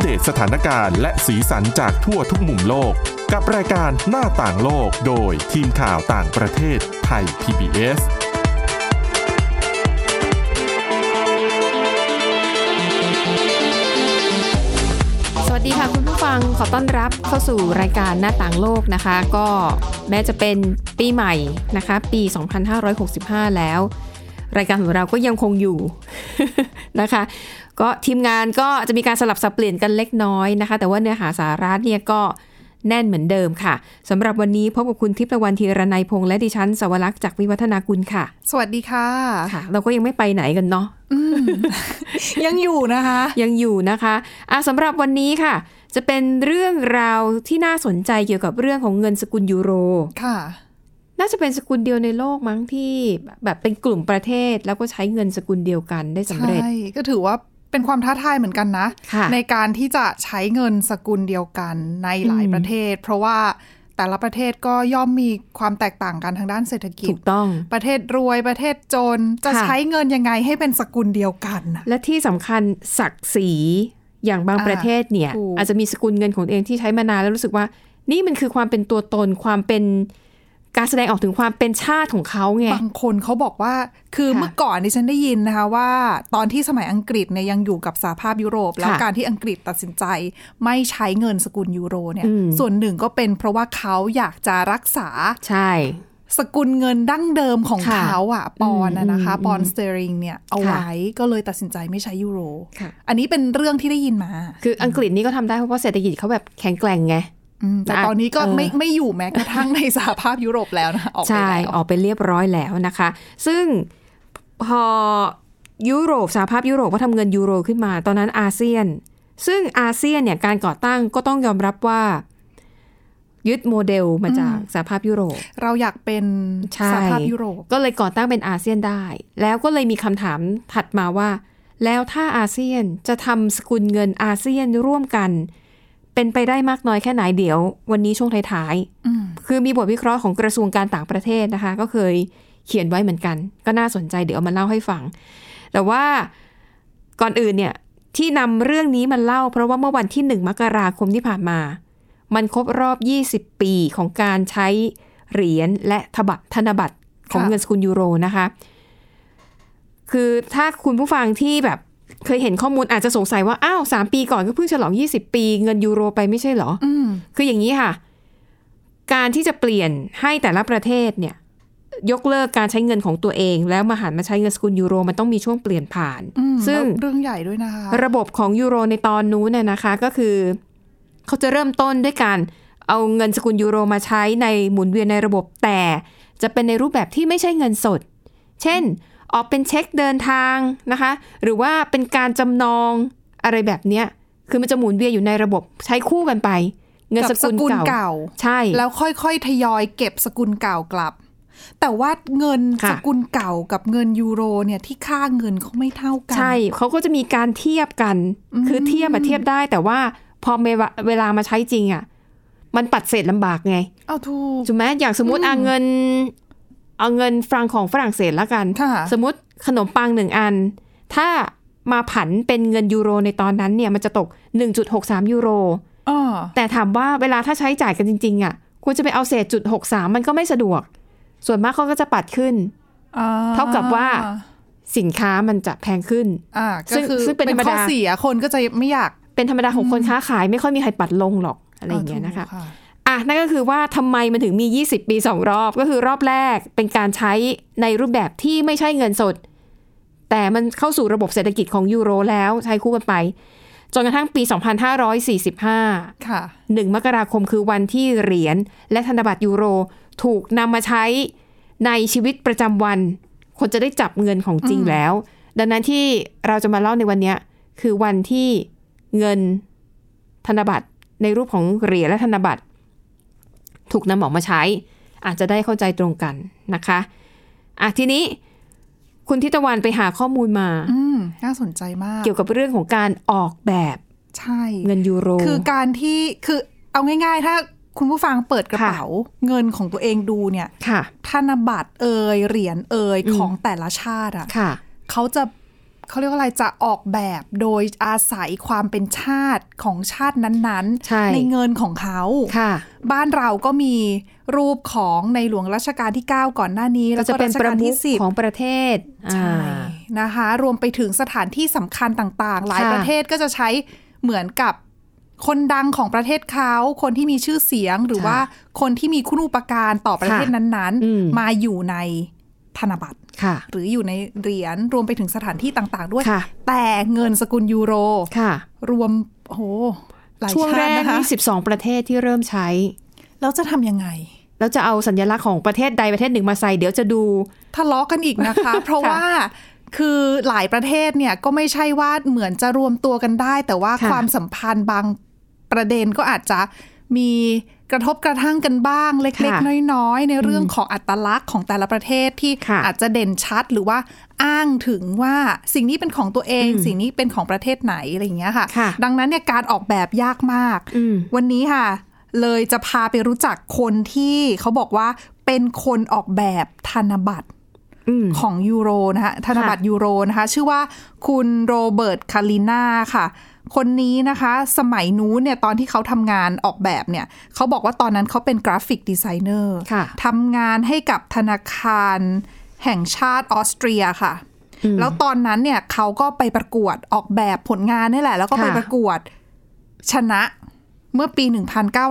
เดตสถานการณ์และสีสันจากทั่วทุกมุมโลก กับรายการหน้าต่างโลกโดยทีมข่าวต่างประเทศไทย PBS สวัสดีค่ะคุณผู้ฟังขอต้อนรับเข้าสู่รายการหน้าต่างโลกนะคะ ก็แม้จะเป็นปีใหม่นะคะ ปี 2565 แล้ว รายการของเราก็ยังคงอยู่ นะคะ ก็ทีมงานก็จะมีการสลับสับเปลี่ยนกันเล็กน้อยนะคะ แต่ว่าเนื้อหาสาระเนี่ยก็แน่นเหมือนเดิมค่ะสำหรับวันนี้พบกับคุณทิพย์ตะวันธีรนัยพงษ์และดิฉันสวรักษ์จากวิวัฒนากุลค่ะ สวัสดีค่ะ ค่ะ เราก็ยังไม่ไปไหนกันเนาะ ยังอยู่นะคะ ยังอยู่นะคะอ่ะสำหรับวันนี้ค่ะ จะเป็นเรื่องราวที่น่าสนใจเกี่ยวกับเรื่องของเงินสกุลยูโร ค่ะ น่าจะเป็นสกุลเดียวในโลกมั้งที่แบบเป็นกลุ่มประเทศแล้วก็ใช้เงินสกุลเดียวกันได้สำเร็จ ใช่ ก็ถือว่าเป็นความท้าทายเหมือนกันนะ ค่ะ ในการที่จะใช้เงินสกุลเดียวกันในหลาย อืม ประเทศ เพราะว่าแต่ละประเทศก็ย่อมมีความแตกต่างกันทางด้านเศรษฐกิจ ถูกต้อง ประเทศรวยประเทศจน จะ ค่ะ ใช้เงินยังไงให้เป็นสกุลเดียวกันน่ะ และที่สำคัญศักดิ์ศรีอย่างบาง อ่า ประเทศเนี่ย ถูก อาจจะมีสกุลเงินของตัวเองที่ใช้มานานแล้วรู้สึกว่า นี่มันคือความเป็นตัวตนความเป็นการแสดงออกถึงความเป็นชาติของเขาไง บางคนเขาบอกว่า คือ ค่ะ เมื่อก่อนดิฉันได้ยินนะคะว่า ตอนที่สมัยอังกฤษเนี่ยยังอยู่กับสหภาพยุโรป แล้วการที่อังกฤษตัดสินใจ ไม่ใช้เงินสกุลยูโรเนี่ย อืม ส่วนหนึ่งก็เป็นเพราะว่าเขาอยากจะรักษา ใช่ สกุลเงินดั้งเดิมของ ค่ะ เขาอะปอนด์อะนะคะ อืม ปอนด์สเตอริงเนี่ยเอา ค่ะ ไว้ก็เลยตัดสินใจไม่ใช้ยูโร ค่ะ อันนี้เป็นเรื่องที่ได้ยินมา คืออังกฤษนี่ก็ทำได้เพราะว่าเศรษฐกิจเขาแบบแข็งแกร่งไง อืมแต่ อ่ะ ตอนนี้ก็ เออ ไม่ไม่อยู่แม้กระทั่งในสหภาพยุโรปแล้วนะคะออกไป ใช่ แล้ว ออกไปเรียบร้อยแล้วนะคะ ซึ่งพอยุโรปสหภาพยุโรปก็ทำเงินยูโรขึ้นมา ตอนนั้นอาเซียน ซึ่งอาเซียนเนี่ยการก่อตั้งก็ต้องยอมรับว่า ยึดโมเดลมาจากสหภาพยุโรป เราอยากเป็น ใช่ สหภาพยุโรป ก็เลยก่อตั้งเป็นอาเซียนได้ แล้วก็เลยมีคำถามถัดมาว่า แล้วถ้าอาเซียนจะทำสกุลเงินอาเซียนร่วมกัน เป็นไปได้มากน้อยแค่ไหนเดี๋ยว วันนี้ช่วงท้าย อืม ๆคือมีบทวิเคราะห์ของกระทรวงการต่างประเทศนะคะ ก็เคยเขียนไว้เหมือนกัน ก็น่าสนใจเดี๋ยวเอามาเล่าให้ฟัง แต่ว่าก่อนอื่นเนี่ยที่นำเรื่องนี้มาเล่า เพราะว่าเมื่อวันที่หนึ่งมกราคมที่ผ่านมา มันครบรอบ 20 ปีของการใช้เหรียญและธบัตรธนบัตรของ ค่ะ เงินสกุลยูโรนะคะ คือถ้าคุณผู้ฟังที่แบบเคยเห็นข้อมูลอาจจะสงสัยว่า อ้าวสามปีก่อนก็เพิ่งฉลอง 20 ปีเงินยูโรไปไม่ใช่เหรอ อืม คืออย่างนี้ค่ะ การที่จะเปลี่ยนให้แต่ละประเทศเนี่ย ยกเลิกการใช้เงินของตัวเอง แล้วมาหันมาใช้เงินสกุลยูโรมันต้องมีช่วงเปลี่ยนผ่าน อืม ซึ่ง แล้วเรื่องใหญ่ด้วยนะคะ ระบบของยูโรในตอนนู้นน่ยนะคะก็คือ เขาจะเริ่มต้นด้วยการเอาเงินสกุลยูโรมาใช้ในหมุนเวียนในระบบแต่จะเป็นในรูปแบบที่ไม่ใช่เงินสด เช่น ออกเป็นเช็คเดินทางนะคะ หรือว่าเป็นการจำนองอะไรแบบเนี้ยคือมันจะหมุนเวียนอยู่ในระบบใช้คู่กันไป เงินสกุล กับสกุล เก่า เก่า ใช่ แล้วค่อยๆ ทยอยเก็บสกุลเก่ากลับ แต่ว่าเงิน ค่ะ สกุลเก่ากับเงินยูโรเนี่ยที่ค่าเงินเขาไม่เท่ากัน ใช่เขาก็จะมีการเทียบกัน คือเทียบอะเทียบได้ แต่ว่าพอเวลาเวลามาใช้จริงอะมันปัดเศษลำบากไง เอาถูก ถูกไหมอย่างสมมติเอาเงิน เอาเงินฟรังของฝรั่งเศสละกัน ค่ะ สมมติขนมปังหนึ่งอัน ถ้ามาผันเป็นเงินยูโรในตอนนั้นเนี่ยมันจะตก 1.63 ยูโร อ้อ แต่ถามว่าเวลาถ้าใช้จ่ายกันจริง ๆอ่ะควรจะไปเอาเศษจุดหกสามมันก็ไม่สะดวก ส่วนมากเขาก็จะปัดขึ้น อ่ เท่ากับว่า สินค้ามันจะแพงขึ้น อ่า ซึ่ ก็ ง คือ ซึ่งเป็นธรรมดา ข้อเสียคนก็จะไม่อยาก เป็นธรรมดาของคนค้าขายไม่ค่อยมีใครปัดลงหรอกอะไรอย่างเงี้ย ถูก นะคะ อ่ะนั่นก็คือว่าทำไมมันถึงมี 20 ปี 2 รอบ ก็คือรอบแรกเป็นการใช้ในรูปแบบที่ไม่ใช่เงินสด แต่มันเข้าสู่ระบบเศรษฐกิจของยูโรแล้วใช้คู่กันไป จนกระทั่งปี 2545 ค่ะ 1 มกราคมคือวันที่เหรียญและธนบัตรยูโรถูกนำมาใช้ในชีวิตประจำวัน คนจะได้จับเงินของจริงแล้ว ดังนั้นที่เราจะมาเล่าในวันเนี้ยคือวันที่เงินธนบัตรในรูปของเหรียญและธนบัตรถูกนำออกมาใช้ อาจจะได้เข้าใจตรงกันนะคะอ่ะทีนี้คุณทิตวันไปหาข้อมูลมา อืมน่าสนใจมาก เกี่ยวกับเรื่องของการออกแบบ ใช่ เงินยูโร คือการที่คือเอาง่าย ๆ ถ้าคุณผู้ฟังเปิดกระเป๋าเงินของตัวเองดูเนี่ย ค่ะ ธนบัตรเอยเหรียญเอยของแต่ละชาติอะ ค่ะ เขาจะ เขาเรียกว่าอะไรจะออกแบบโดยอาศัยความเป็นชาติของชาตินั้น ใช่ ๆ ในเงินของเขา ค่ะ บ้านเราก็มีรูปของในหลวงรัชกาลที่ 9 ก่อนหน้านี้ ก็ แล้ว จะ ก็ เป็ รั น ช ป การ ล มุ ที่ ข สิบ ของประเทศอ่ใช่า นะคะ รวมไปถึงสถานที่สำคัญต่างๆ หลาย ค่ะ ประเทศก็จะใช้เหมือนกับคนดังของประเทศเขาคนที่มีชื่อเสียงหรือว่าคนที่มีคุณูปการต่อประเทศนั้น อืม ๆ มาอยู่ในธนบัตร ค่ะ หรืออยู่ในเหรียญรวมไปถึงสถานที่ต่างๆ ด้วย ค่ะ แต่เงินสกุลยูโร ค่ะ รวมโอ้โหหลาย ช่วงแร ชาติ ก นะคะ นี่12 ประเทศที่เริ่มใช้ แล้วจะทำยังไง แล้วจะเอาสัญลักษณ์ของประเทศใดประเทศหนึ่งมาใส่เดี๋ยวจะดู ทะเลาะกันอีก นะคะ เพราะว่าคือหลายประเทศเนี่ยก็ไม่ใช่ว่าเหมือนจะรวมตัวกันได้ แต่ว่า ค่ะ ความสัมพันธ์บางประเด็นก็อาจจะมีกระทบกระทั่งกันบ้าง เล็ก ค่ะ ๆ น้อยๆ ในเรื่องของอัตลักษณ์ของแต่ละประเทศที่ ค่ะ อาจจะเด่นชัดหรือว่าอ้างถึงว่าสิ่งนี้เป็นของตัวเอง สิ่งนี้เป็นของประเทศไหนอะไรอย่างเงี้ยค่ะ ค่ะ ดังนั้นเนี่ยการออกแบบยากมาก อืม วันนี้ค่ะ เลยจะพาไปรู้จักคนที่เขาบอกว่าเป็นคนออกแบบธนบัตร อืม ของยูโรนะคะธนบัตรยูโรนะคะ ชื่อว่าคุณโรเบิร์ตคาริน่าค่ะ คนนี้นะคะ สมัยนู้นเนี่ยตอนที่เขาทำงานออกแบบเนี่ยเขาบอกว่าตอนนั้นเขาเป็นกราฟิกดีไซเนอร์ ค่ะ ทำงานให้กับธนาคารแห่งชาติออสเตรียค่ะ แล้วตอนนั้นเนี่ยเขาก็ไปประกวดออกแบบผลงานนี่แหละ แล้วก็ไป ค่ะ ประกวดชนะเมื่อปี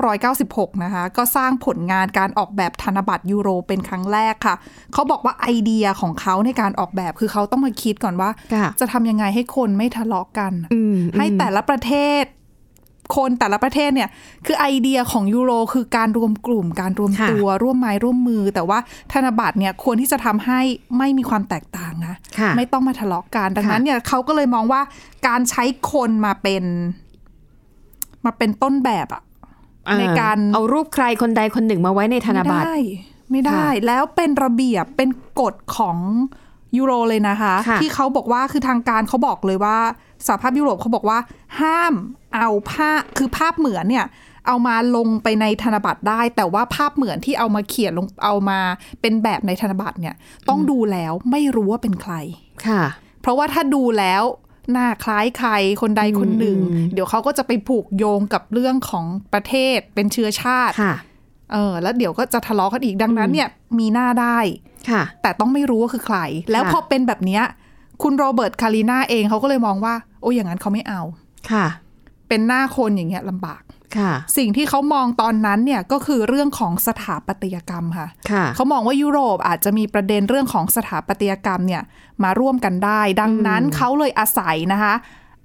1996 นะคะ ก็สร้างผลงานการออกแบบธนบัตรยูโรเป็นครั้งแรกค่ะ เขาบอกว่าไอเดียของเขาในการออกแบบคือเขาต้องมาคิดก่อนว่า ค่ะ จะทำยังไงให้คนไม่ทะเลาะกัน อืม ให้แต่ละประเทศ คนแต่ละประเทศเนี่ย คือไอเดียของยูโรคือการรวมกลุ่ม การรวม ค่ะ ตัว ร่วมไม้ร่วมมือ แต่ว่าธนบัตรเนี่ยควรที่จะทำให้ไม่มีความแตกต่างนะ ค่ะ ไม่ต้องมาทะเลาะกันดัง ค่ะ นั้นเนี่ยเขาก็เลยมองว่าการใช้คนมาเป็น มาเป็นต้นแบบอะ อ่ ในการ เอารูปใครคนใดคนหนึ่งมาไว้ในธนบัตร ไม่ได้ไม่ได้ ค่ะ แล้วเป็นระเบียบเป็นกฎของยูโรเลยนะคะ ค่ะ ที่เขาบอกว่าคือทางการเขาบอกเลยว่าสหภาพยุโรปเขาบอกว่า ห้ามเอาภาพคือภาพเหมือนเนี่ย เอามาลงไปในธนบัตรได้ แต่ว่าภาพเหมือนที่เอามาเขียนลงเอามาเป็นแบบในธนบัตรเนี่ย ต้องดูแล้วไม่รู้ว่าเป็นใคร ค่ะ เพราะว่าถ้าดูแล้วหน้าคล้ายใครคนใดคนหนึ่ง อืม เดี๋ยวเขาก็จะไปผูกโยงกับเรื่องของประเทศเป็นเชื้อชาติ ค่ะ เออแล้วเดี๋ยวก็จะทะเลาะกันอีกดังนั้นเนี่ยมีหน้าได้ ค่ะ แต่ต้องไม่รู้ว่าคือใคร แล้วพอเป็นแบบเนี้ยคุณโรเบิร์ตคารีนาเองเขาก็เลยมองว่า โอ้ยอย่างนั้นเขาไม่เอา ค่ะ เป็นหน้าคนอย่างเงี้ยลำบาก ค่ะ สิ่งที่เขามองตอนนั้นเนี่ยก็คือเรื่องของสถาปัตยกรรมค่ะ ค่ะ เขามองว่ายุโรปอาจจะมีประเด็นเรื่องของสถาปัตยกรรมเนี่ยมาร่วมกันได้ ดังนั้นเขาเลยอาศัยนะคะ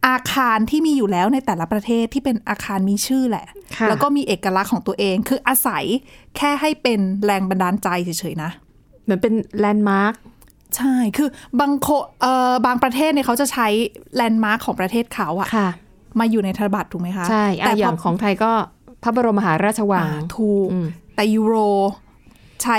อาคารที่มีอยู่แล้วในแต่ละประเทศที่เป็นอาคารมีชื่อแหละ ค่ะ แล้วก็มีเอกลักษณ์ของตัวเอง คืออาศัยแค่ให้เป็นแรงบันดาลใจเฉยๆนะ เหมือนเป็นแลนด์มาร์ค ใช่ คือบางโคเอ่อบางประเทศเนี่ยเขาจะใช้แลนด์มาร์คของประเทศเขาอะ ค่ะ มาอยู่ในธนบัตรถูกไหมคะ ใช่อะ แต่ อ พ ย่า อง ของไทยก็พระบรมมหาราชวัง อ่าถูก อืม แต่ยูโรใช้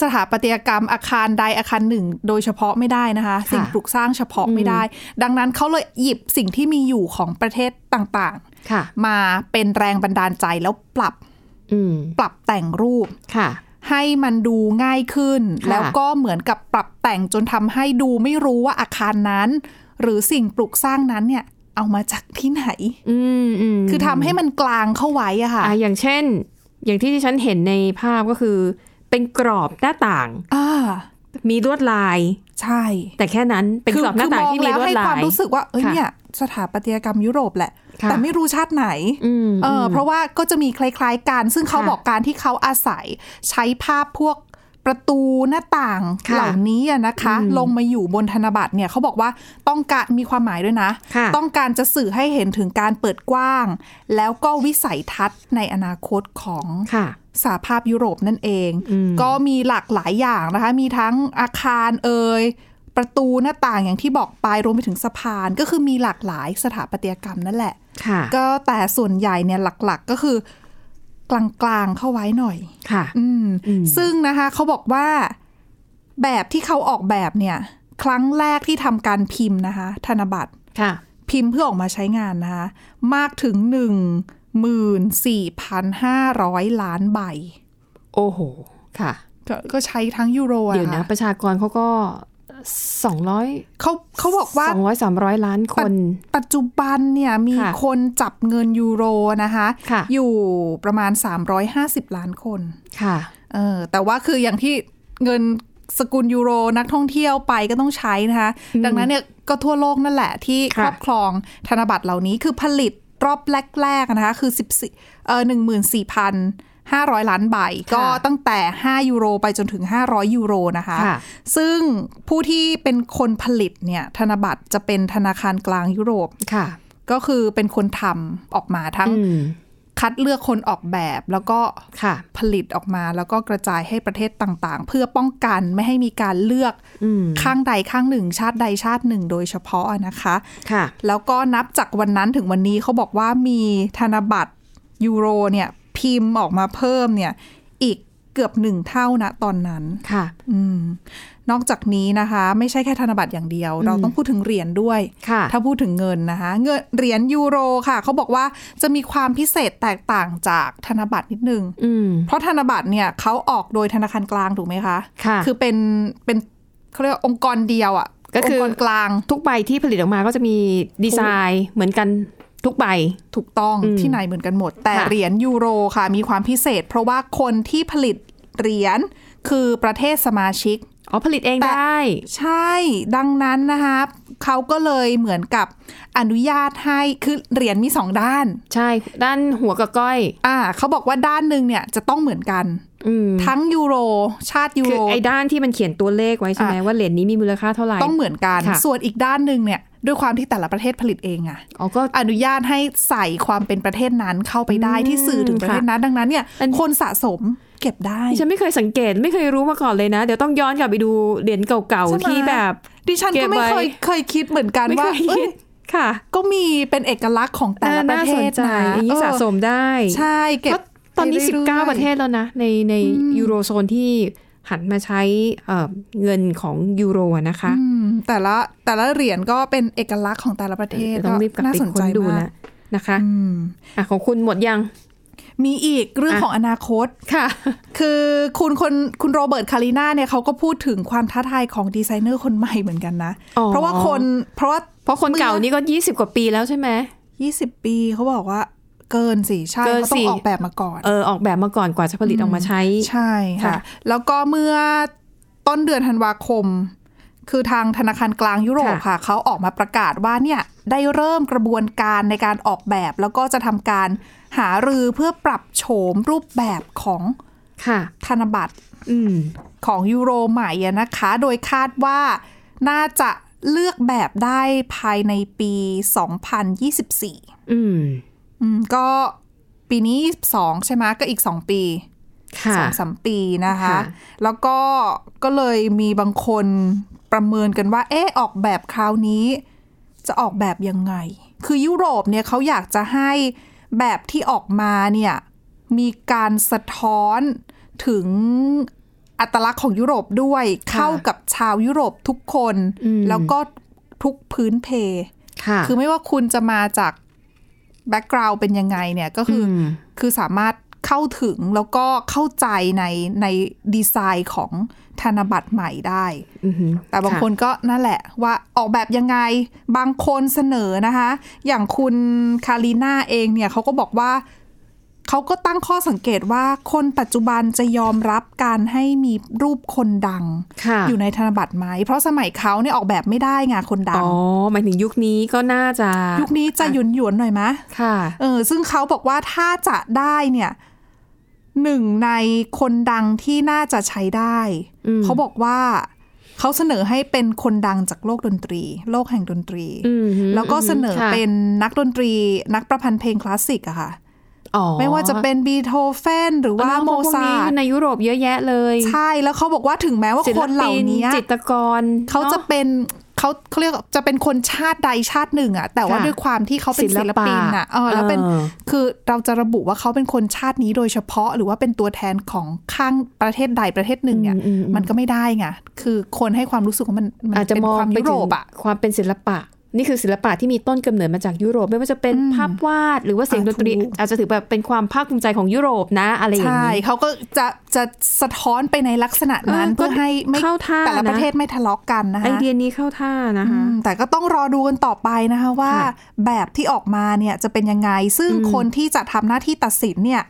สถาปัตยกรรมอาคารใดอาคารหนึ่ง โดยเฉพาะไม่ได้นะคะ สิ่งปลูกสร้างเฉพาะไม่ได้ ดังนั้นเขาเลยหยิบสิ่งที่มีอยู่ของประเทศต่าง ค่ะ ๆ มาเป็นแรงบันดาลใจแล้วปรับ อืม ปรับแต่งรูป ค่ะ ให้มันดูง่ายขึ้น ค่ะ แล้วก็เหมือนกับปรับแต่งจนทำให้ดูไม่รู้ว่าอาคารนั้น หรือสิ่งปลูกสร้างนั้นเนี่ยเอามาจากที่ไหน อืมอืม คือทำให้มันกลางเข้าไว้อะค่ะ อ่ะอย่างเช่น อย่างที่ที่ฉันเห็นในภาพก็คือ เป็นกรอบหน้าต่าง อ่า มีลวดลาย ใช่ แต่แค่นั้น เป็นกรอบหน้าต่างที่มี คื ล อ ว อดงแให้ ลา ความ ย รู้สึกว่าเอ้ย ค่ะ เนี่ยสถาปัตยกรรมยุโรปแหละ ค่ะ แต่ไม่รู้ชาติไหน อืม เออเพราะว่าก็จะมีคล้ายๆกัน ซึ่งเขา ค่ะ บอกการที่เขาอาศัยใช้ภาพพวกประตูหน้าต่าง ค่ะ เหล่านี้อะนะคะ ลงมาอยู่บนธนบัตรเนี่ยเขาบอกว่าต้องการมีความหมายด้วยนะ ค่ะ ต้องการจะสื่อให้เห็นถึงการเปิดกว้าง แล้วก็วิสัยทัศน์ในอนาคตของ ค่ะ สหภาพยุโรปนั่นเอง อืม ก็มีหลากหลายอย่างนะคะ มีทั้งอาคารเอ่ยประตูหน้าต่างอย่างที่บอกไปรวมไปถึงสะพานก็คือมีหลากหลายสถาปัตยกรรมนั่นแหละ ค่ะ ก็แต่ส่วนใหญ่เนี่ยหลักๆก็คือกลางๆเข้าไว้หน่อย ค่ะ อืม อืม ซึ่งนะคะเขาบอกว่าแบบที่เขาออกแบบเนี่ย ครั้งแรกที่ทำการพิมพ์นะคะ ธนบัตร ค่ะ พิมพ์เพื่อออกมาใช้งานนะคะ มากถึง 14,500 ล้านใบ โอ้โห ค่ะ ก็ก็ใช้ทั้งยูโรอะ เดี๋ยวนะ ค่ะ ประชากรเขาก็ สองร้อย เขาเขาบอกว่า สองร้อยสามร้อยล้านคน ปัจจุบันเนี่ยมี ค่ะ คนจับเงินยูโรนะคะ ค่ะ อยู่ประมาณ 350 ล้านคน ค่ะ เออแต่ว่าคืออย่างที่เงินสกุลยูโรนักท่องเที่ยวไปก็ต้องใช้นะคะ ดังนั้นเนี่ยก็ทั่วโลกนั่นแหละที่ค ค่ะ รอบครองธนบัตรเหล่านี้คือผลิตรอบแรกๆนะคะคือ14เออ14,500 ล้านใบ ก็ตั้งแต่ 5 ยูโรไปจนถึง 500 ยูโรนะคะ ค่ะ ซึ่งผู้ที่เป็นคนผลิตเนี่ยธนบัตรจะเป็นธนาคารกลางยุโรป ค่ะ ก็คือเป็นคนทำออกมาทั้ง อืม คัดเลือกคนออกแบบ แล้วก็ ค่ะ ผลิตออกมาแล้วก็กระจายให้ประเทศต่างๆ เพื่อป้องกันไม่ให้มีการเลือก อืม ข้างใดข้างหนึ่ง ชาติใดชาติหนึ่งโดยเฉพาะนะคะ ค่ะ แล้วก็นับจากวันนั้นถึงวันนี้เขาบอกว่ามีธนบัตรยูโรเนี่ยพิมพ์ออกมาเพิ่มเนี่ยอีกเกือบหนึ่งเท่านะตอนนั้น ค่ะ อืมนอกจากนี้นะคะ ไม่ใช่แค่ธนบัตรอย่างเดียว เราต้องพูดถึงเหรียญด้วย ค่ะ ถ้าพูดถึงเงินนะคะ เงินเหรียญยูโรค่ะ เขาบอกว่าจะมีความพิเศษแตกต่างจากธนบัตรนิดนึง อืม เพราะธนบัตรเนี่ยเขาออกโดยธนาคารกลางถูกไหมคะ ค่ะ อเป็นเป็นเขาเรียกว่าองค์กรเดียวอะ ก็ ่ะ คือ งค์กรกลาง ทุกใบที่ผลิตออกมาก็จะมีดีไซน์เหมือนกันทุกใบ ถูกต้อง อืม ที่ไหนเหมือนกันหมด แต่ ค่ะ เหรียญยูโรค่ะ มีความพิเศษ เพราะว่าคนที่ผลิตเหรียญคือประเทศสมาชิก อ๋อผลิตเอง แต่ ได้ ใช่ดังนั้นนะคะเขาก็เลยเหมือนกับอนุญาตให้คือเหรียญมีสองด้าน ใช่ ด้านหัวกับก้อย อ่าเขาบอกว่าด้านหนึ่งเนี่ยจะต้องเหมือนกัน อืม ทั้งยูโร ชาติยู คือ โร ไอ้ด้านที่มันเขียนตัวเลขไว้ใช่ไหม อ่ะ ว่าเหรียญนี้มีมูลค่าเท่าไหร่ ต้องเหมือนกัน ค่ะ ส่วนอีกด้านหนึ่งเนี่ยด้วยความที่แต่ละประเทศผลิตเองอะ อ๋อก็ อนุญาตให้ใส่ความเป็นประเทศนั้นเข้าไปได้ที่สื่อถึงประเทศนั้น ดังนั้นเนี่ย อัน คนสะสมเก็บได้ ดิฉันไม่เคยสังเกตไม่เคยรู้มาก่อนเลยนะ เดี๋ยวต้องย้อนกลับไปดูเหรียญเก่า ใช่ไหม ๆที่แบบ ดิฉันก็ไม่ เก็บไว้ เคยเคยคิดเหมือนกัน ไม่เค ว่าย เอ้ คิ ย ดค่ะ ก็มีเป็นเอกลักษณ์ของแต่ละประ น่า เท สน ศ ใจ นะ อย่าง เอ นี้ อ สะสมได้ ใช่เก็บ เพราะตอนนี้ ไอยๆ 19 ประเทศแล้วนะ ในในยูโรโซนที่หันมาใช้เอ่อเงินของยูโรอะนะคะ อืมแต่ละแต่ละเหรียญก็เป็นเอกลักษณ์ของแต่ละประเทศ ต้องรีบกลับ น่า ไป สน ค้ ใจ นดู มาก นะนะคะ อืม อ่ะของคุณหมดยัง มีอีกเรื่อง อ่ะ ของอนาคต ค่ะ คือคุณคนคุณโรเบิร์ตคาริน่าเนี่ยเขาก็พูดถึงความท้าทายของดีไซเนอร์คนใหม่เหมือนกันนะ อ๋อ เพราะว่าคนเพราะว่า เพราะคนเก่า เมื่อ นี่ก็ 20 กว่าปีแล้วใช่ไหม 20 ปีเขาบอกว่าเกินสิใช่ เกิน เขาต้ สิ องออกแบบมาก่อน เออออกแบบมาก่อนกว่าจะผลิตออกมาใช้ ใช่ค่ะ ค่ะ แล้วก็เมื่อต้นเดือนธันวาคม คือทางธนาคารกลางยุโรปค่ะ เขาออกมาประกาศว่าเนี่ยได้เริ่มกระบวนการในการออกแบบ แล้วก็จะทำการหารือเพื่อปรับโฉมรูปแบบของ ค่ะ ธนบัตร อืม ของยูโรใหม่อะนะคะ โดยคาดว่าน่าจะเลือกแบบได้ภายในปี 2024 อืม อืมก็ปีนี้ 22 ใช่ไหมก็อีก 2 ปี ค่ะ สองสามปีนะคะ ค่ะ แล้วก็ก็เลยมีบางคนประเมินกันว่า เอ๊ะ ออกแบบคราวนี้ จะออกแบบยังไง คือยุโรปเนี่ยเขาอยากจะให้แบบที่ออกมาเนี่ยมีการสะท้อนถึงอัตลักษณ์ของยุโรปด้วย ค่ะ เข้ากับชาวยุโรปทุกคน อืม แล้วก็ทุกพื้นเพ ค่ะ คือไม่ว่าคุณจะมาจากแบ็กกราว n ์เป็นยังไงเนี่ยก็คืออ ม คือสามารถเข้าถึงแล้วก็เข้าใจในในดีไซน์ของธนบัตรใหม่ได้ อือหือ แต่บาง ะ คนก็นั่นแหละว่าออกแบบยังไงบางคนเสนอนะคะ อย่างคุณคารีน่าเองเนี่ยเขาก็บอกว่าเขาก็ตั้งข้อสังเกตว่าคนปัจจุบันจะยอมรับการให้มีรูปคนดัง ค่ะ อยู่ในธนบัตรไหม เพราะสมัยเขาเนี่ยออกแบบไม่ได้ไงคนดัง อ๋อหมายถึงยุคนี้ก็น่าจะ ยุคนี้จะหยุนหยวนๆหน่อยไหม ค่ะ เออซึ่งเขาบอกว่าถ้าจะได้เนี่ยหนึ่งในคนดังที่น่าจะใช้ได้ อืม เขาบอกว่าเขาเสนอให้เป็นคนดังจากโลกดนตรี โลกแห่งดนตรี อืมหื แล้วก็เสนอ ค่ะ เป็นนักดนตรี นักประพันธ์เพลงคลาสสิกอะค่ะ อ๋อ ไม่ว่าจะเป็นบีโธเฟนหรือว่า อ๋อ โม พวก ซา นี้ ร์ท ในยุโรปเยอะแยะเลย ใช่แล้วเขาบอกว่าถึงแม้ว่า ศิ ค ล นปิเหล่านี้ จิตรกร เขาจะ น เป็นเขาเขาเรียกจะเป็นคนชาติใดชาติหนึ่งอะแต่ว่า ค่ะ ด้วยความที่เขาเป็นศิลปินอะเออแล้วเป็น เออ คือเราจะระบุว่าเขาเป็นคนชาตินี้โดยเฉพาะหรือว่าเป็นตัวแทนของข้างประเทศใดประเทศหนึ่งเนี่ย อืมอืมอืม มันก็ไม่ได้ไงคือคนให้ความรู้สึกว่ามันมัน อาจจะ เป็น มอง ความ ไปถึยุโรง ปอะ ความเป็นศิลปะ นี่คือศิลปะที่มีต้นกำเนิดมาจากยุโรป ไม่ว่าจะเป็น อืม ภาพวาดหรือว่าเสียง อ่า ดนตรี ถูก อาจจะถือแบบเป็นความภาคภูมิใจของยุโรปนะ อะไรอย่าง ใช่ นี้ เขาก็จะจะสะท้อนไปในลักษณะนั้น เออก็ เพื่อให้ไม่ เข้าท่า แต่ละ นะ ประเทศไม่ทะเลาะกันนะคะ ไอเดียนี้เข้าท่านะคะ อืมแต่ก็ต้องรอดูกันต่อไปนะคะว่า ค่ะ แบบที่ออกมาเนี่ยจะเป็นยังไง ซึ่ง อืม คนที่จะทำหน้าที่ตัดสินเนี่ย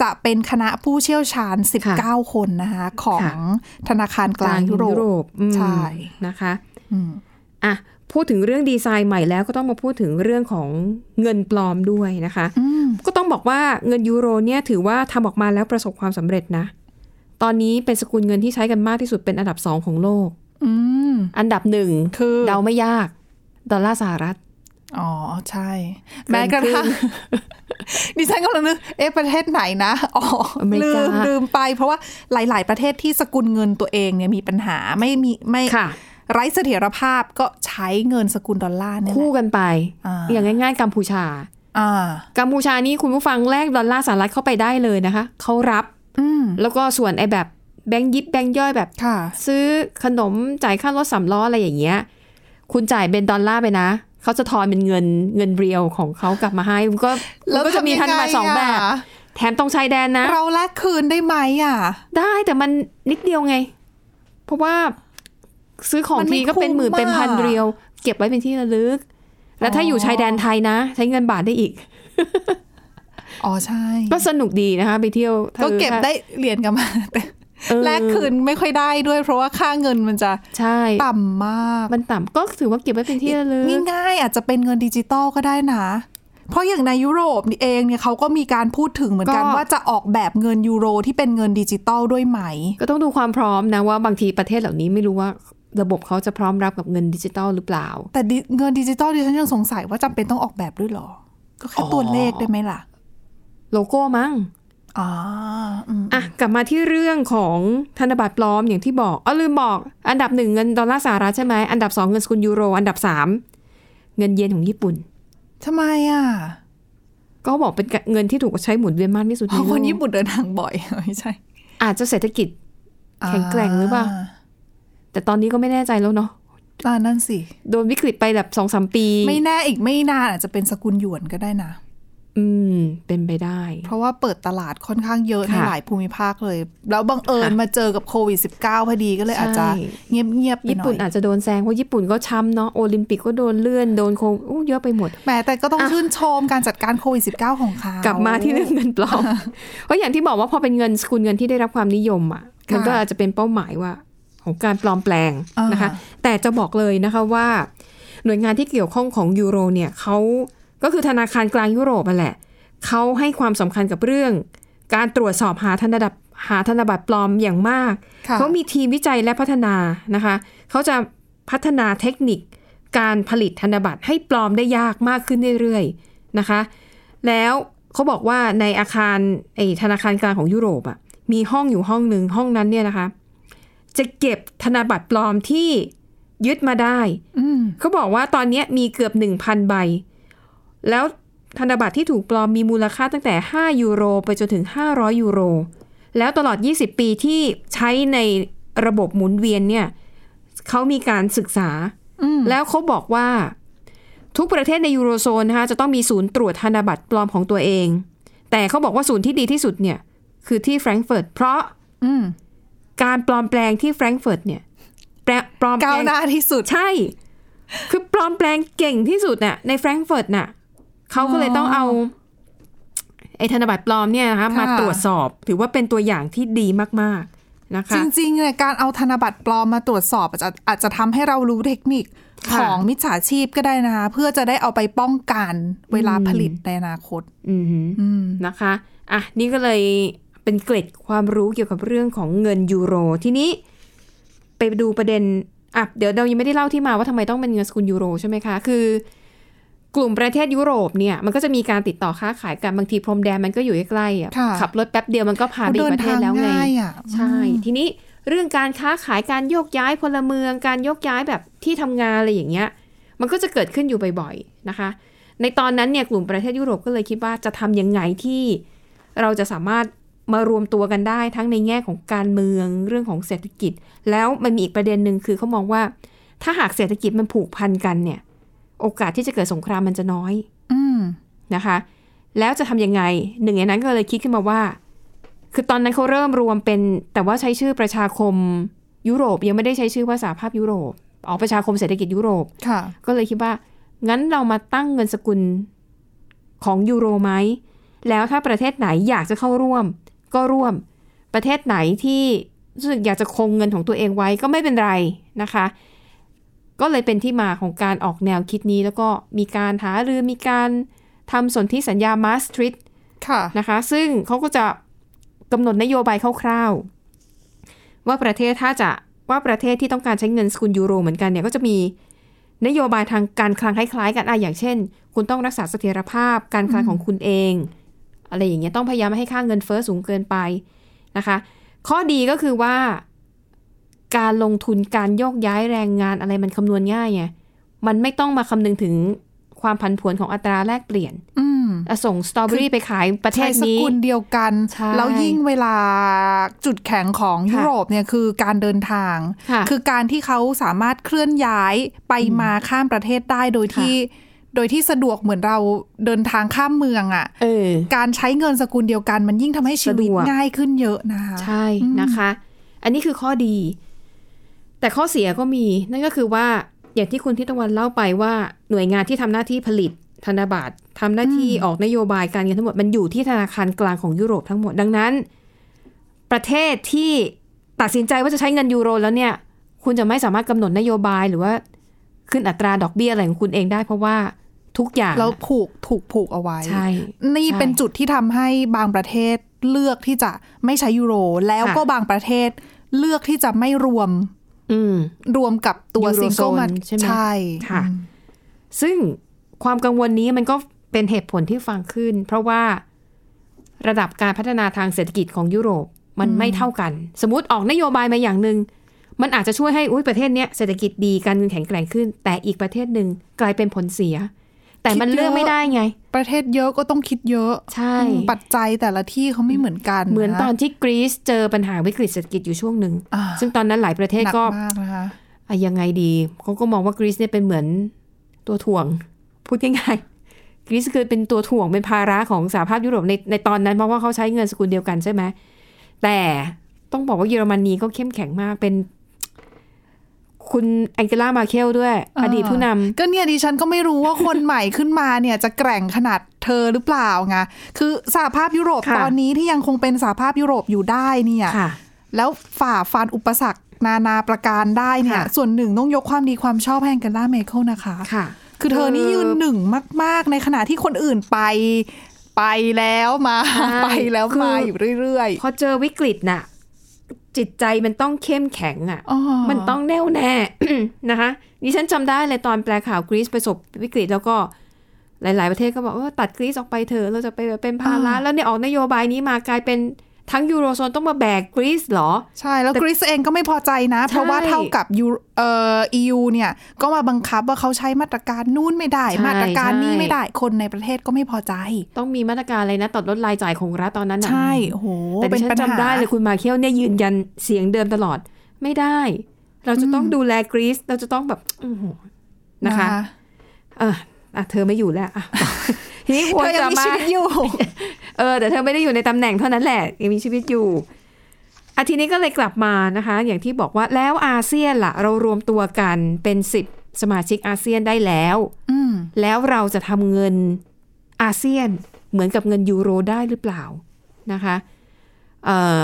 จะเป็นคณะผู้เชี่ยวชาญ ค่ะ 19 คนนะคะของ ค่ะ ธนาคารกลางยุโรป อืม ใช่ นะคะ อืม อ่ะ พูดถึงเรื่องดีไซน์ใหม่แล้วก็ต้องมาพูดถึงเรื่องของเงินปลอมด้วยนะคะ อืม ก็ต้องบอกว่าเงินยูโรเนี่ยถือว่าทำออกมาแล้วประสบความสำเร็จนะ ตอนนี้เป็นสกุลเงินที่ใช้กันมากที่สุดเป็นอันดับสองของโลก อืม อันดับหนึ่ง คือ เดาไม่ยาก ดอลลาร์สหรัฐ อ๋อ ใช่ แม้กระทั่ง ดิฉันกำลังนึกเอ๊ะประเทศไหนนะอ๋อ อเมริ ลื กา มลืมไป เพราะว่าหลาย ๆ ประเทศที่สกุลเงินตัวเองเนี่ยมีปัญหาไม่มีไม่ ค่ะ ไร้เสถียรภาพก็ใช้เงินสกุลดอลลาร์เนี่ยแห คู่ ละ กันไป อ่า อย่างง่ายๆกัมพูชา อ่า กัมพูชานี่คุณผู้ฟังแลกดอลลาร์สหรัฐเข้าไปได้เลยนะคะ เขารับ อืม แล้วก็ส่วนไอ้แบบแบงค์ยิบแบงค์ย่อยแบบ ค่ะ ซื้อขนมจ่ายค่ารถสามล้ออะไรอย่างเงี้ย คุณจ่ายเป็นดอลลาร์ไปนะ เขาจะทอนเป็นเงินเงินเรียวของเขากลับมาให้มันก็มันก็จะมีธนบัตรสองแบบ แถมตรงชายแดนนะ เราแลกคืนได้ไหมอ่ะ ได้แต่มันนิดเดียวไง เพราะว่าซื้อของ มันไม่ ทีก็เป็นหมื่น คุ้มเป็อะนพันเรียว เก็บไว้เป็นที่ระลึก แล้วถ้าอยู่ชายแดนไทยนะ ใช้เงินบาทได้อีก อ๋อใช่ ก็สนุกดีนะคะ ไปเที่ยว ก็เก็บ ถ้า ได้เหรียญกลับมาแต่ เออ แลกคืนไม่ค่อยได้ด้วย เพราะว่าค่าเงินมันจะ ใช่ ต่ำมาก มันต่ำก็ถือว่าเก็บไว้เป็นที่ระลึก ง่ายๆอาจจะเป็นเงินดิจิตอลก็ได้นะ เพราะอย่างในยุโรปนี่เองเนี่ยเขาก็มีการพูดถึงเหมือนกัน ก็ ว่าจะออกแบบเงินยูโรที่เป็นเงินดิจิตอลด้วยไหม ก็ต้องดูความพร้อมนะว่าบางทีประเทศเหล่านี้ไม่รู้ว่าระบบเขาจะพร้อมรับกับเงินดิจิตอลหรือเปล่า แต่ดิเงินดิจิตอลดิฉันยังสงสัยว่าจำเป็นต้องออกแบบด้วยเหรอ ก็แค่ตัวเลขได้ไหมล่ะ โลโก้มั้ง อ๋ออืม อ่ะกลับมาที่เรื่องของธนบัตรปลอมอย่างที่บอกอ๋อลืมบอก อันดับหนึ่งเงินดอลลาร์สหรัฐใช่ไหมอันดับสองเงินสกุลยูโร อันดับสามเงินเยนของญี่ปุ่น ทำไมอ่ะ ก็บอกเป็นเงินที่ถูกใช้หมุนเวียนมากที่สุด เพราะ ในโลก คนญี่ปุ่นเดินทางบ่อย ไม่ใช่ อาจจะเศรษฐกิจ แข็งแกร่งหรือเปล่า แต่ตอนนี้ก็ไม่แน่ใจแล้วเนาะ อ่านั่นสิ โดนวิกฤตไปแบบสองสามปี ไม่แน่อีกไม่นานอาจจะเป็นสกุลหยวนก็ได้นะ อืม เป็นไปได้ เพราะว่าเปิดตลาดค่อนข้างเยอะใน ค่ะ หลายภูมิภาคเลย แล้วบังเอิญ ค่ะ มาเจอกับโควิด -19 พอดีก็เลยอาจจะ ใช่ เงียบๆไป ญี่ หน่ ปุ่น อย อาจจะโดนแซงเพราะญี่ปุ่นก็ช้ำเนาะโอลิมปิกก็โดนเลื่อนโดนโควิดอู้เยอะไปหมด แหมแต่ก็ต้อง อ่ะ ชื่นชมการจัดการโควิด -19 ของเขาก กลับมาที่เรื่องเงินปลอม เพราะอย่างที่บอกว่าพอเป็นเงินสกุลเงินที่ได้รับความนิยมอ่ะ ค่ะ มันก็อาจจะเป็นเป้าหมายว่าของการปลอมแปลงนะคะ อ่ แต่จะบอกเลยนะคะว่า หน่วยงานที่เกี่ยวข้องของยูโรเนี่ยเขาก็คือธนาคารกลางยุโรปนั่นแหละเขาให้ความสำคัญกับเรื่อง การตรวจสอบหาธนบัตรหาธนบัตรปลอมอย่างมาก ค่ะ เขามีทีมวิจัยและพัฒนานะคะ เขาจะพัฒนาเทคนิคการผลิตธนบัตรให้ปลอมได้ยากมากขึ้นเรื่อยๆนะคะ แล้วเขาบอกว่าในอาคารไอธนาคารกลางของยุโรปอะมีห้องอยู่ห้องหนึ่งห้องนั้นเนี่ยนะคะ จะเก็บธนบัตรปลอมที่ยึดมาได้ อืม เขาบอกว่าตอนเนี้ยมีเกือบ 1,000 ใบ แล้วธนบัตรที่ถูกปลอมมีมูลค่าตั้งแต่ 5 ยูโร ไปจนถึง 500 ยูโร แล้วตลอด 20 ปีที่ใช้ในระบบหมุนเวียนเนี่ยเขามีการศึกษา อืม แล้วเขาบอกว่า ทุกประเทศในยูโรโซนนะคะจะต้องมีศูนย์ตรวจธนบัตรปลอมของตัวเอง แต่เขาบอกว่าศูนย์ที่ดีที่สุดเนี่ยคือที่แฟรงก์เฟิร์ตเพราะ อืม การปลอมแปลงที่แฟรงก์เฟิร์ตเนี่ยแปลปลอมแปล ก้าว ง หน้าที่สุด ใช่ คือปลอมแปลงเก่งที่สุดน่ะในแฟรงก์เฟิร์ตน่ะเขาก็เลยต้องเอาไอ้ธนบัตรปลอมเนี่ยนะคะ ค่ะ มาตรวจสอบ ถือว่าเป็นตัวอย่างที่ดีมากๆนะคะ จริงๆเนี่ยการเอาธนบัตรปลอมมาตรวจสอบอาจจะอาจจะทำให้เรารู้เทคนิค ค่ะ ของมิจฉาชีพก็ได้นะคะ เพื่อจะได้เอาไปป้องกันเวลาผลิตในอนาคต อือหือ อืม นะคะอ่ะนี่ก็เลยเป็นเกร็ดความรู้เกี่ยวกับเรื่องของเงินยูโร ทีนี้ไปดูประเด็นอ่ะเดี๋ยวเรายังไม่ได้เล่าที่มาว่าทำไมต้องเป็นเงินสกุลยูโรใช่ไหมคะคือ กลุ่มประเทศยุโรปเนี่ย มันก็จะมีการติดต่อค้าขายกันบางทีพรมแดนมันก็อยู่ใกล้ๆอ่ะ ค่ะ ขับรถแป๊บเดียวมันก็พาไปอีกประเทศแล้วไง เดินทาง่ายอ่ะ ใช่ ทีนี้เรื่องการค้าขายการโยกย้ายพลเมือง การโยกย้ายแบบที่ทำงานอะไรอย่างเงี้ย มันก็จะเกิดขึ้นอยู่บ่อยๆนะคะ ในตอนนั้นเนี่ยกลุ่มประเทศยุโรปก็เลยคิดว่าจะทำยังไงที่เราจะสามารถมารวมตัวกันได้ทั้งในแง่ของการเมืองเรื่องของเศรษฐกิจ แล้วมันมีอีกประเด็นหนึ่งคือเขามองว่า ถ้าหากเศรษฐกิจมันผูกพันกันเนี่ย โอกาสที่จะเกิดสงครามมันจะน้อย อืม นะคะ แล้วจะทำยังไง หนึ่งในนั้นก็เลยคิดขึ้นมาว่า คือตอนนั้นเขาเริ่มรวมเป็น แต่ว่าใช้ชื่อประชาคมยุโรปยังไม่ได้ใช้ชื่อว่าสหภาพยุโรปออกประชาคมเศรษฐกิจยุโรป ค่ะ ก็เลยคิดว่า งั้นเรามาตั้งเงินสกุลของยูโรไหม แล้วถ้าประเทศไหนอยากจะเข้าร่วม ก็ร่วม ประเทศไหนที่รู้สึกอยากจะคงเงินของตัวเองไว้ก็ไม่เป็นไรนะคะ ก็เลยเป็นที่มาของการออกแนวคิดนี้ แล้วก็มีการหารือมีการทำสนธิสัญญามาสทริ ค่ะ นะคะซึ่งเขาก็จะกำหนดนโยบายคร่าวๆ ว่าประเทศถ้าจะว่าประเทศที่ต้องการใช้เงินสกุลยูโรเหมือนกันเนี่ยก็จะมีนโยบายทางการคลังคล้ายๆกันอะอย่างเช่น คุณต้องรักษาเสถียรภาพการคลังของคุณเอง อะไรอย่างเงี้ยต้องพยายามไม่ให้ค่าเงินเฟ้อสูงเกินไปนะคะ ข้อดีก็คือว่าการลงทุนการโยกย้ายแรงงานอะไรมันคำนวณง่ายไงมันไม่ต้องมาคำนึงถึงความผันผวนของอัตราแลกเปลี่ยน อืม อ่ะส่งสตรอเบอรี่ไปขายประเท ใช้ ศ ส นี้ กุลเดียวกัน ใช่ แล้วยิ่งเวลาจุดแข็งของ ค่ะ ยุโรปเนี่ยคือการเดินทาง ค่ะ คือการที่เขาสามารถเคลื่อนย้ายไปมาข้ามประเทศได้โดย ค่ะ ที่ โดยที่สะดวกเหมือนเราเดินทางข้ามเมืองอะ่ะ เออ การใช้เงินสกุลเดียวกันมันยิ่งทำให้ชีวิต สะดวก ง่ายขึ้นเยอะนะคะ ใช่นะคะ อันนี้คือข้อดี แต่ข้อเสียก็มี นั่นก็คือว่าอย่างที่คุณทิตวันเล่าไปว่าหน่วยงานที่ทำหน้าที่ผลิตธนบัตรทำหน้าที่ออกนโยบายการเงินทั้งหมดมันอยู่ที่ธนาคารกลางของยุโรปทั้งหมดดังนั้น ประเทศที่ตัดสินใจว่าจะใช้เงินยูโร แล้วเนี่ย คุณจะไม่สามารถกำหนดนโยบายหรือว่าขึ้นอัตราดอกเบี้ยอะไรของคุณเองได้ เพราะว่าทุกอย่าง แล้วผูกถูกผูกเอาไว้ ใช่ นี่ ใช่ เป็นจุดที่ทำให้บางประเทศเลือกที่จะไม่ใช้ยูโร แล้ว ค่ะ ก็บางประเทศเลือกที่จะไม่รวม อืม รวมกับตัว Eurozone ซิงเกิลมัน ใช่ไหม ใช่ ค่ะ ซึ่งความกังวลนี้มันก็เป็นเหตุผลที่ฟังขึ้น เพราะว่าระดับการพัฒนาทางเศรษฐกิจของยุโรปมันไม่เท่ากัน สมมติออกนโยบายมาอย่างหนึ่งมันอาจจะช่วยให้อุ้ยประเทศเนี้ยเศรษฐกิจดีการเงินแข็งแกร่งขึ้น แต่อีกประเทศหนึ่งกลายเป็นผลเสีย แต่มันเลือกไม่ได้ไง ประเทศเยอะก็ต้องคิดเยอะ ใช่ อืมปัจจัยแต่ละที่เขาไม่เหมือนกัน เหมือนตอน นะ ที่กรีซเจอปัญหาวิกฤตเศรษฐกิจอยู่ช่วงหนึ่ง อ่า ซึ่งตอนนั้นหลายประเทศ หนัก ก็ มากนะคะ อะยังไงดีเขาก็มองว่ากรีซเนี่ยเป็นเหมือนตัวถ่วง พูดง่ายๆ กรีซคือเป็นตัวถ่วงเป็นภาระของสหภาพยุโรปในในตอนนั้นเพราะว่าเขาใช้เงินสกุลเดียวกันใช่ไหมแต่ต้องบอกว่าเยอรมนีก็เข้มแข็งมากเป็น คุณแองเกลามาร์เคลด้วย อ่า อดีตผู้นำ ก็เนี่ยดิฉันก็ไม่รู้ว่าคน ใหม่ขึ้นมาเนี่ยจะแกร่งขนาดเธอหรือเปล่าไงคือสหภาพยุโรป ค่ะ ตอนนี้ที่ยังคงเป็นสหภาพยุโรปอยู่ได้เนี่ย ค่ะ แล้วฝ่าฟันอุปสรรคนานาประการได้เนี่ย ค่ะ ส่วนหนึ่งต้องยกความดีความชอบแห่งกันล่าเมเคิลนะคะ ค่ะ คือเธอนี่ยืนหนึ่งมาก ๆ ในขณะที่คนอื่นไป ไปแล้วมา ใช่ ไปแล้ว คือ มาอยู่เรื่อย พอเจอวิกฤตน่ะ จิตใจมันต้องเข้มแข็งอ่ะ อ๋อ มันต้องแน่วแน่ นะคะดิฉันจำได้เลยตอนแปลข่าวกรีซประสบวิกฤตแล้วก็หลาย ๆ ประเทศก็บอกว่าตัดกรีซออกไปเถอะเราจะไปแบบเป็นภาระ อ่า แล้วเนี่ยออกนโยบายนี้มากลายเป็นทั้งยูโรโซนต้องมาแบกกรีซเหรอ ๆ ใช่แล้วกรีซเองก็ไม่พอใจนะ เพราะว่าเท่ากับยูเอ่อ EU เนี่ย ก็มาบังคับว่าเขาใช้มาตรการนู่นไม่ได้ ใช่ มาตรการนี่ ใช่ ไม่ได้คนในประเทศก็ไม่พอใจ ต้องมีมาตรการอะไรนะตัดลดรายจ่ายของรัฐตอนนั้นน่ะ ใช่โอ้โห แต่ดิ เป็น ฉัน ปัญหา จำได้เลยคุณมาเคียวเนี่ยยืนยันเสียงเดิมตลอดไม่ได้ เราจะต้องดูแลกรีซเราจะต้องแบบอื้อหือนะคะ เอออ่ะเธอไม่อยู่แล้วอ่ะ ทีนี้ควร เธอยัจะงมี มา ชีวิต อยู่ เออแต่เธอไม่ได้อยู่ในตำแหน่งเท่านั้นแหละยังมีชีวิตอยู่อาทีนี้ก็เลยกลับมานะคะ อย่างที่บอกว่าแล้วอาเซียนล่ะ เรารวมตัวกันเป็น 10 สมาชิกอาเซียนได้แล้ว อืม แล้วเราจะทำเงินอาเซียนเหมือนกับเงินยูโรได้หรือเปล่านะคะเอ่อ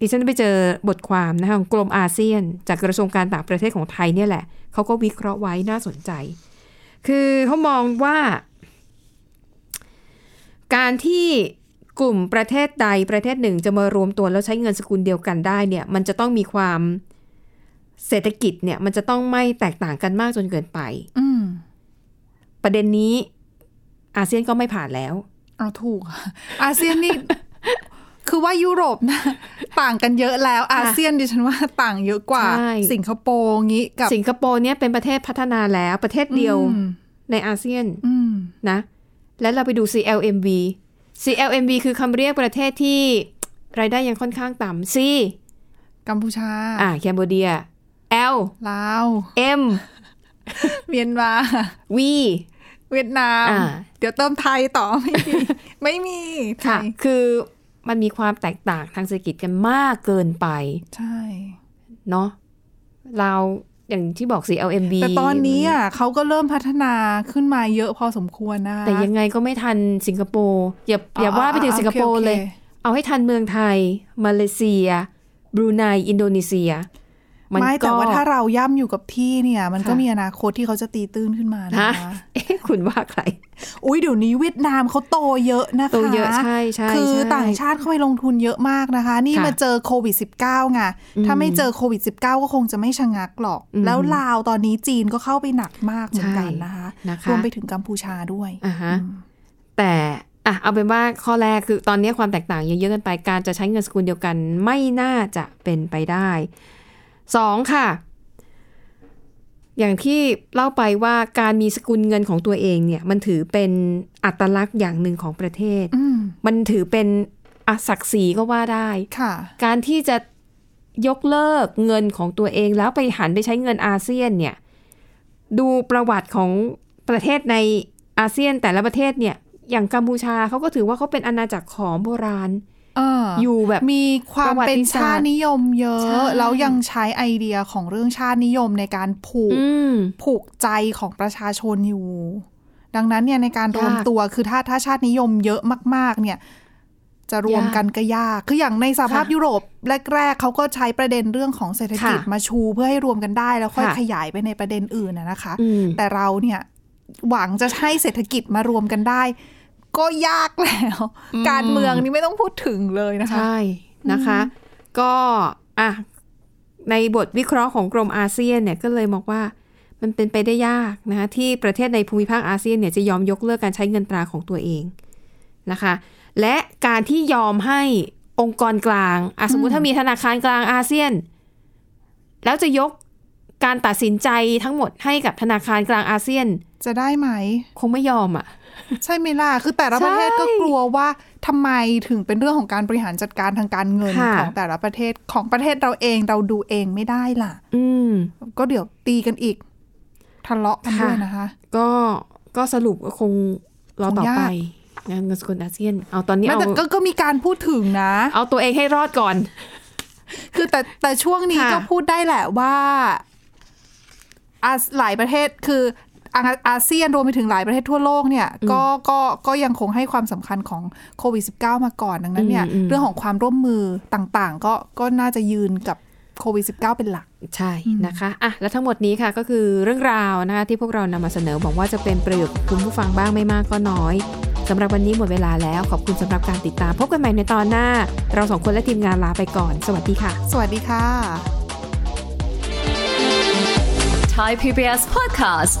ดิฉันไปเจอบทความนะคะของกรมอาเซียน จากกระทรวงการต่างประเทศของไทยเนี่ยแหละเขาก็วิเคราะห์ไว้น่าสนใจ คือเขามองว่า การที่กลุ่มประเทศใดประเทศหนึ่งจะมารวมตัวแล้วใช้เงินสกุลเดียวกันได้เนี่ย มันจะต้องมีความเศรษฐกิจเนี่ย มันจะต้องไม่แตกต่างกันมากจนเกินไป อืม ประเด็นนี้อาเซียนก็ไม่ผ่านแล้ว เอาถูกค่ะอาเซียนนี่ คือว่ายุโรปนะต่างกันเยอะแล้ว อาเซียนดิฉันว่าต่างเยอะกว่า ใช่ สิงคโปร์งี้กับ สิงคโปร์เนี่ยเป็นประเทศพัฒนาแล้วประเทศเดียวในอาเซียน อืม นะ แล้วเราไปดู CLMV CLMV คือคำเรียกประเทศที่รายได้ยังค่อนข้างต่ำ C กัมพูชา อ่าแคนเบเดีย L ลาว M เมียนมา วี เวียดนาม อ่า เดี๋ยวเติมไทยต่อ ไม่มีไม่มี ค่ะ ไทย คือมันมีความแตกต่างทางเศรษฐกิจกันมากเกินไป ใช่ เนาะเราอย่างที่บอก CLMB แต่ตอนนี้อ่ะเขาก็เริ่มพัฒนาขึ้นมาเยอะพอสมควรนะคะ แต่ยังไงก็ไม่ทันสิงคโปร์อย่าอย่าว่าไปถึงสิงคโปร์ โอค เลย โอค เอาให้ทันเมืองไทย มาเลเซีย บรูไนอินโดนีเซีย มัน ไม่ ก็ แต่ว่าถ้าเราย่ำอยู่กับที่เนี่ย มันก็ ค่ะ มีอนาคตที่เขาจะตีตื้นขึ้นมานะ นะคะ เอ๊ะคุณว่าใคร อุ้ยเดี๋ยวนี้เวียดนามเขาโตเยอะนะคะ โตเยอะใช่ใช่ คือ ใช่ ต่างชาติเข้าไปลงทุนเยอะมากนะคะ นี่ ค่ะ มาเจอโควิด -19 ไงถ้าไม่เจอโควิด -19 ก็คงจะไม่ชะงักหรอก อืม แล้วลาวตอนนี้จีนก็เข้าไปหนักมากเหมือนกัน ใช่ นะคะ นะคะ รวมไปถึงกัมพูชาด้วย อ่ะฮะ อืม แต่อ่ะเอาเป็นว่าข้อแรกคือตอนนี้ความแตกต่างเยอะๆกันไป การจะใช้เงินสกุลเดียวกันไม่น่าจะเป็นไปได้สองค่ะ อย่างที่เล่าไปว่าการมีสกุลเงินของตัวเองเนี่ยมันถือเป็นอัตลักษณ์อย่างหนึ่งของประเทศ อืม มันถือเป็นอะศักดิ์ศรีก็ว่าได้ ค่ะ การที่จะยกเลิกเงินของตัวเองแล้วไปหันไปใช้เงินอาเซียนเนี่ยดูประวัติของประเทศในอาเซียนแต่ละประเทศเนี่ยอย่างกัมพูชาเขาก็ถือว่าเขาเป็นอาณาจักรขอมโบราณ เอออ อยู่แบบ มีความเป็นชาตินิยมเยอ ใช่ ะ แล้วยังใช้ไอเดียของเรื่องชาตินิยมในการผูก อืม ผูกใจของประชาชนอยู่ ดังนั้นเนี่ยในการรวม ยาก ตัวคือถ้าถ้าชาตินิยมเยอะมาก ๆ เนี่ย จะรวมกันก็ยาก คืออย่างในสหภาพ ค่ะ ยุโรปแรก ๆเขาก็ใช้ประเด็นเรื่องของเศรษฐกิจ ค่ะ มาชูเพื่อให้รวมกันได้แล้วค่อย ค่ะ ขยายไปในประเด็นอื่นนะนะคะ อืม แต่เราเนี่ยหวังจะให้เศรษฐกิจมารวมกันได้ ก็ยากแล้ว การเมืองนี่ไม่ต้องพูดถึงเลยนะคะ ใช่นะคะ ก็อ่ะในบทวิเคราะห์ของกรมอาเซียนเนี่ยก็เลยมองว่า มันเป็นไปได้ยากนะคะที่ประเทศในภูมิภาคอาเซียนเนี่ยจะยอมยกเลิกการใช้เงินตราของตัวเองนะคะ และการที่ยอมให้องค์กรกลางอ่ะสมมติถ้ามีธนาคารกลางอาเซียน แล้วจะยกการตัดสินใจทั้งหมดให้กับธนาคารกลางอาเซียน จะได้ไหม คงไม่ยอมอ่ะ ใช่ไหมล่ะ คือแต่ละประเทศก็ ใช่ กลัวว่าทำไมถึงเป็นเรื่องของการบริหารจัดการทางการเงิน ค่ะ ของแต่ละประเทศของประเทศเราเองเราดูเองไม่ได้ล่ะ อืม ก็เดี๋ยวตีกันอีกทะเลาะกัน ค่ะ ด้วยนะคะ ก็ก็สรุปก็คงรอต่อ คงยาก ไปนะเงินสกุลอาเซียน เอาตอนนี้ ไม่ เอา แต่ก็ก็มีการพูดถึงนะ เอาตัวเองให้รอดก่อน คือแต่แต่ช่วงนี้ ค่ะ ก็พูดได้แหละว่าอาหลายประเทศคืออาอาเซียนรวมไปถึงหลายประเทศทั่วโลกเนี่ยก็ก็ก็ยังคงให้ความสำคัญของโควิด -19 มาก่อนดังนั้นเนี่ย อืมอืม เรื่องของความร่วมมือต่างๆ ก็ก็น่าจะยืนกับโควิด -19 เป็นหลัก ใช่นะคะอ่ะและทั้งหมดนี้ค่ะก็คือเรื่องราวนะคะที่พวกเรานำมาเสนอหวังว่าจะเป็นประโยชน์กับคุณผู้ฟังบ้างไม่มากก็น้อยสำหรับวันนี้หมดเวลาแล้วขอบคุณสำหรับการติดตามพบกันใหม่ในตอนหน้า เราสองคนและทีมงานลาไปก่อน สวัสดีค่ะ สวัสดีค่ะ Thai PBS podcast.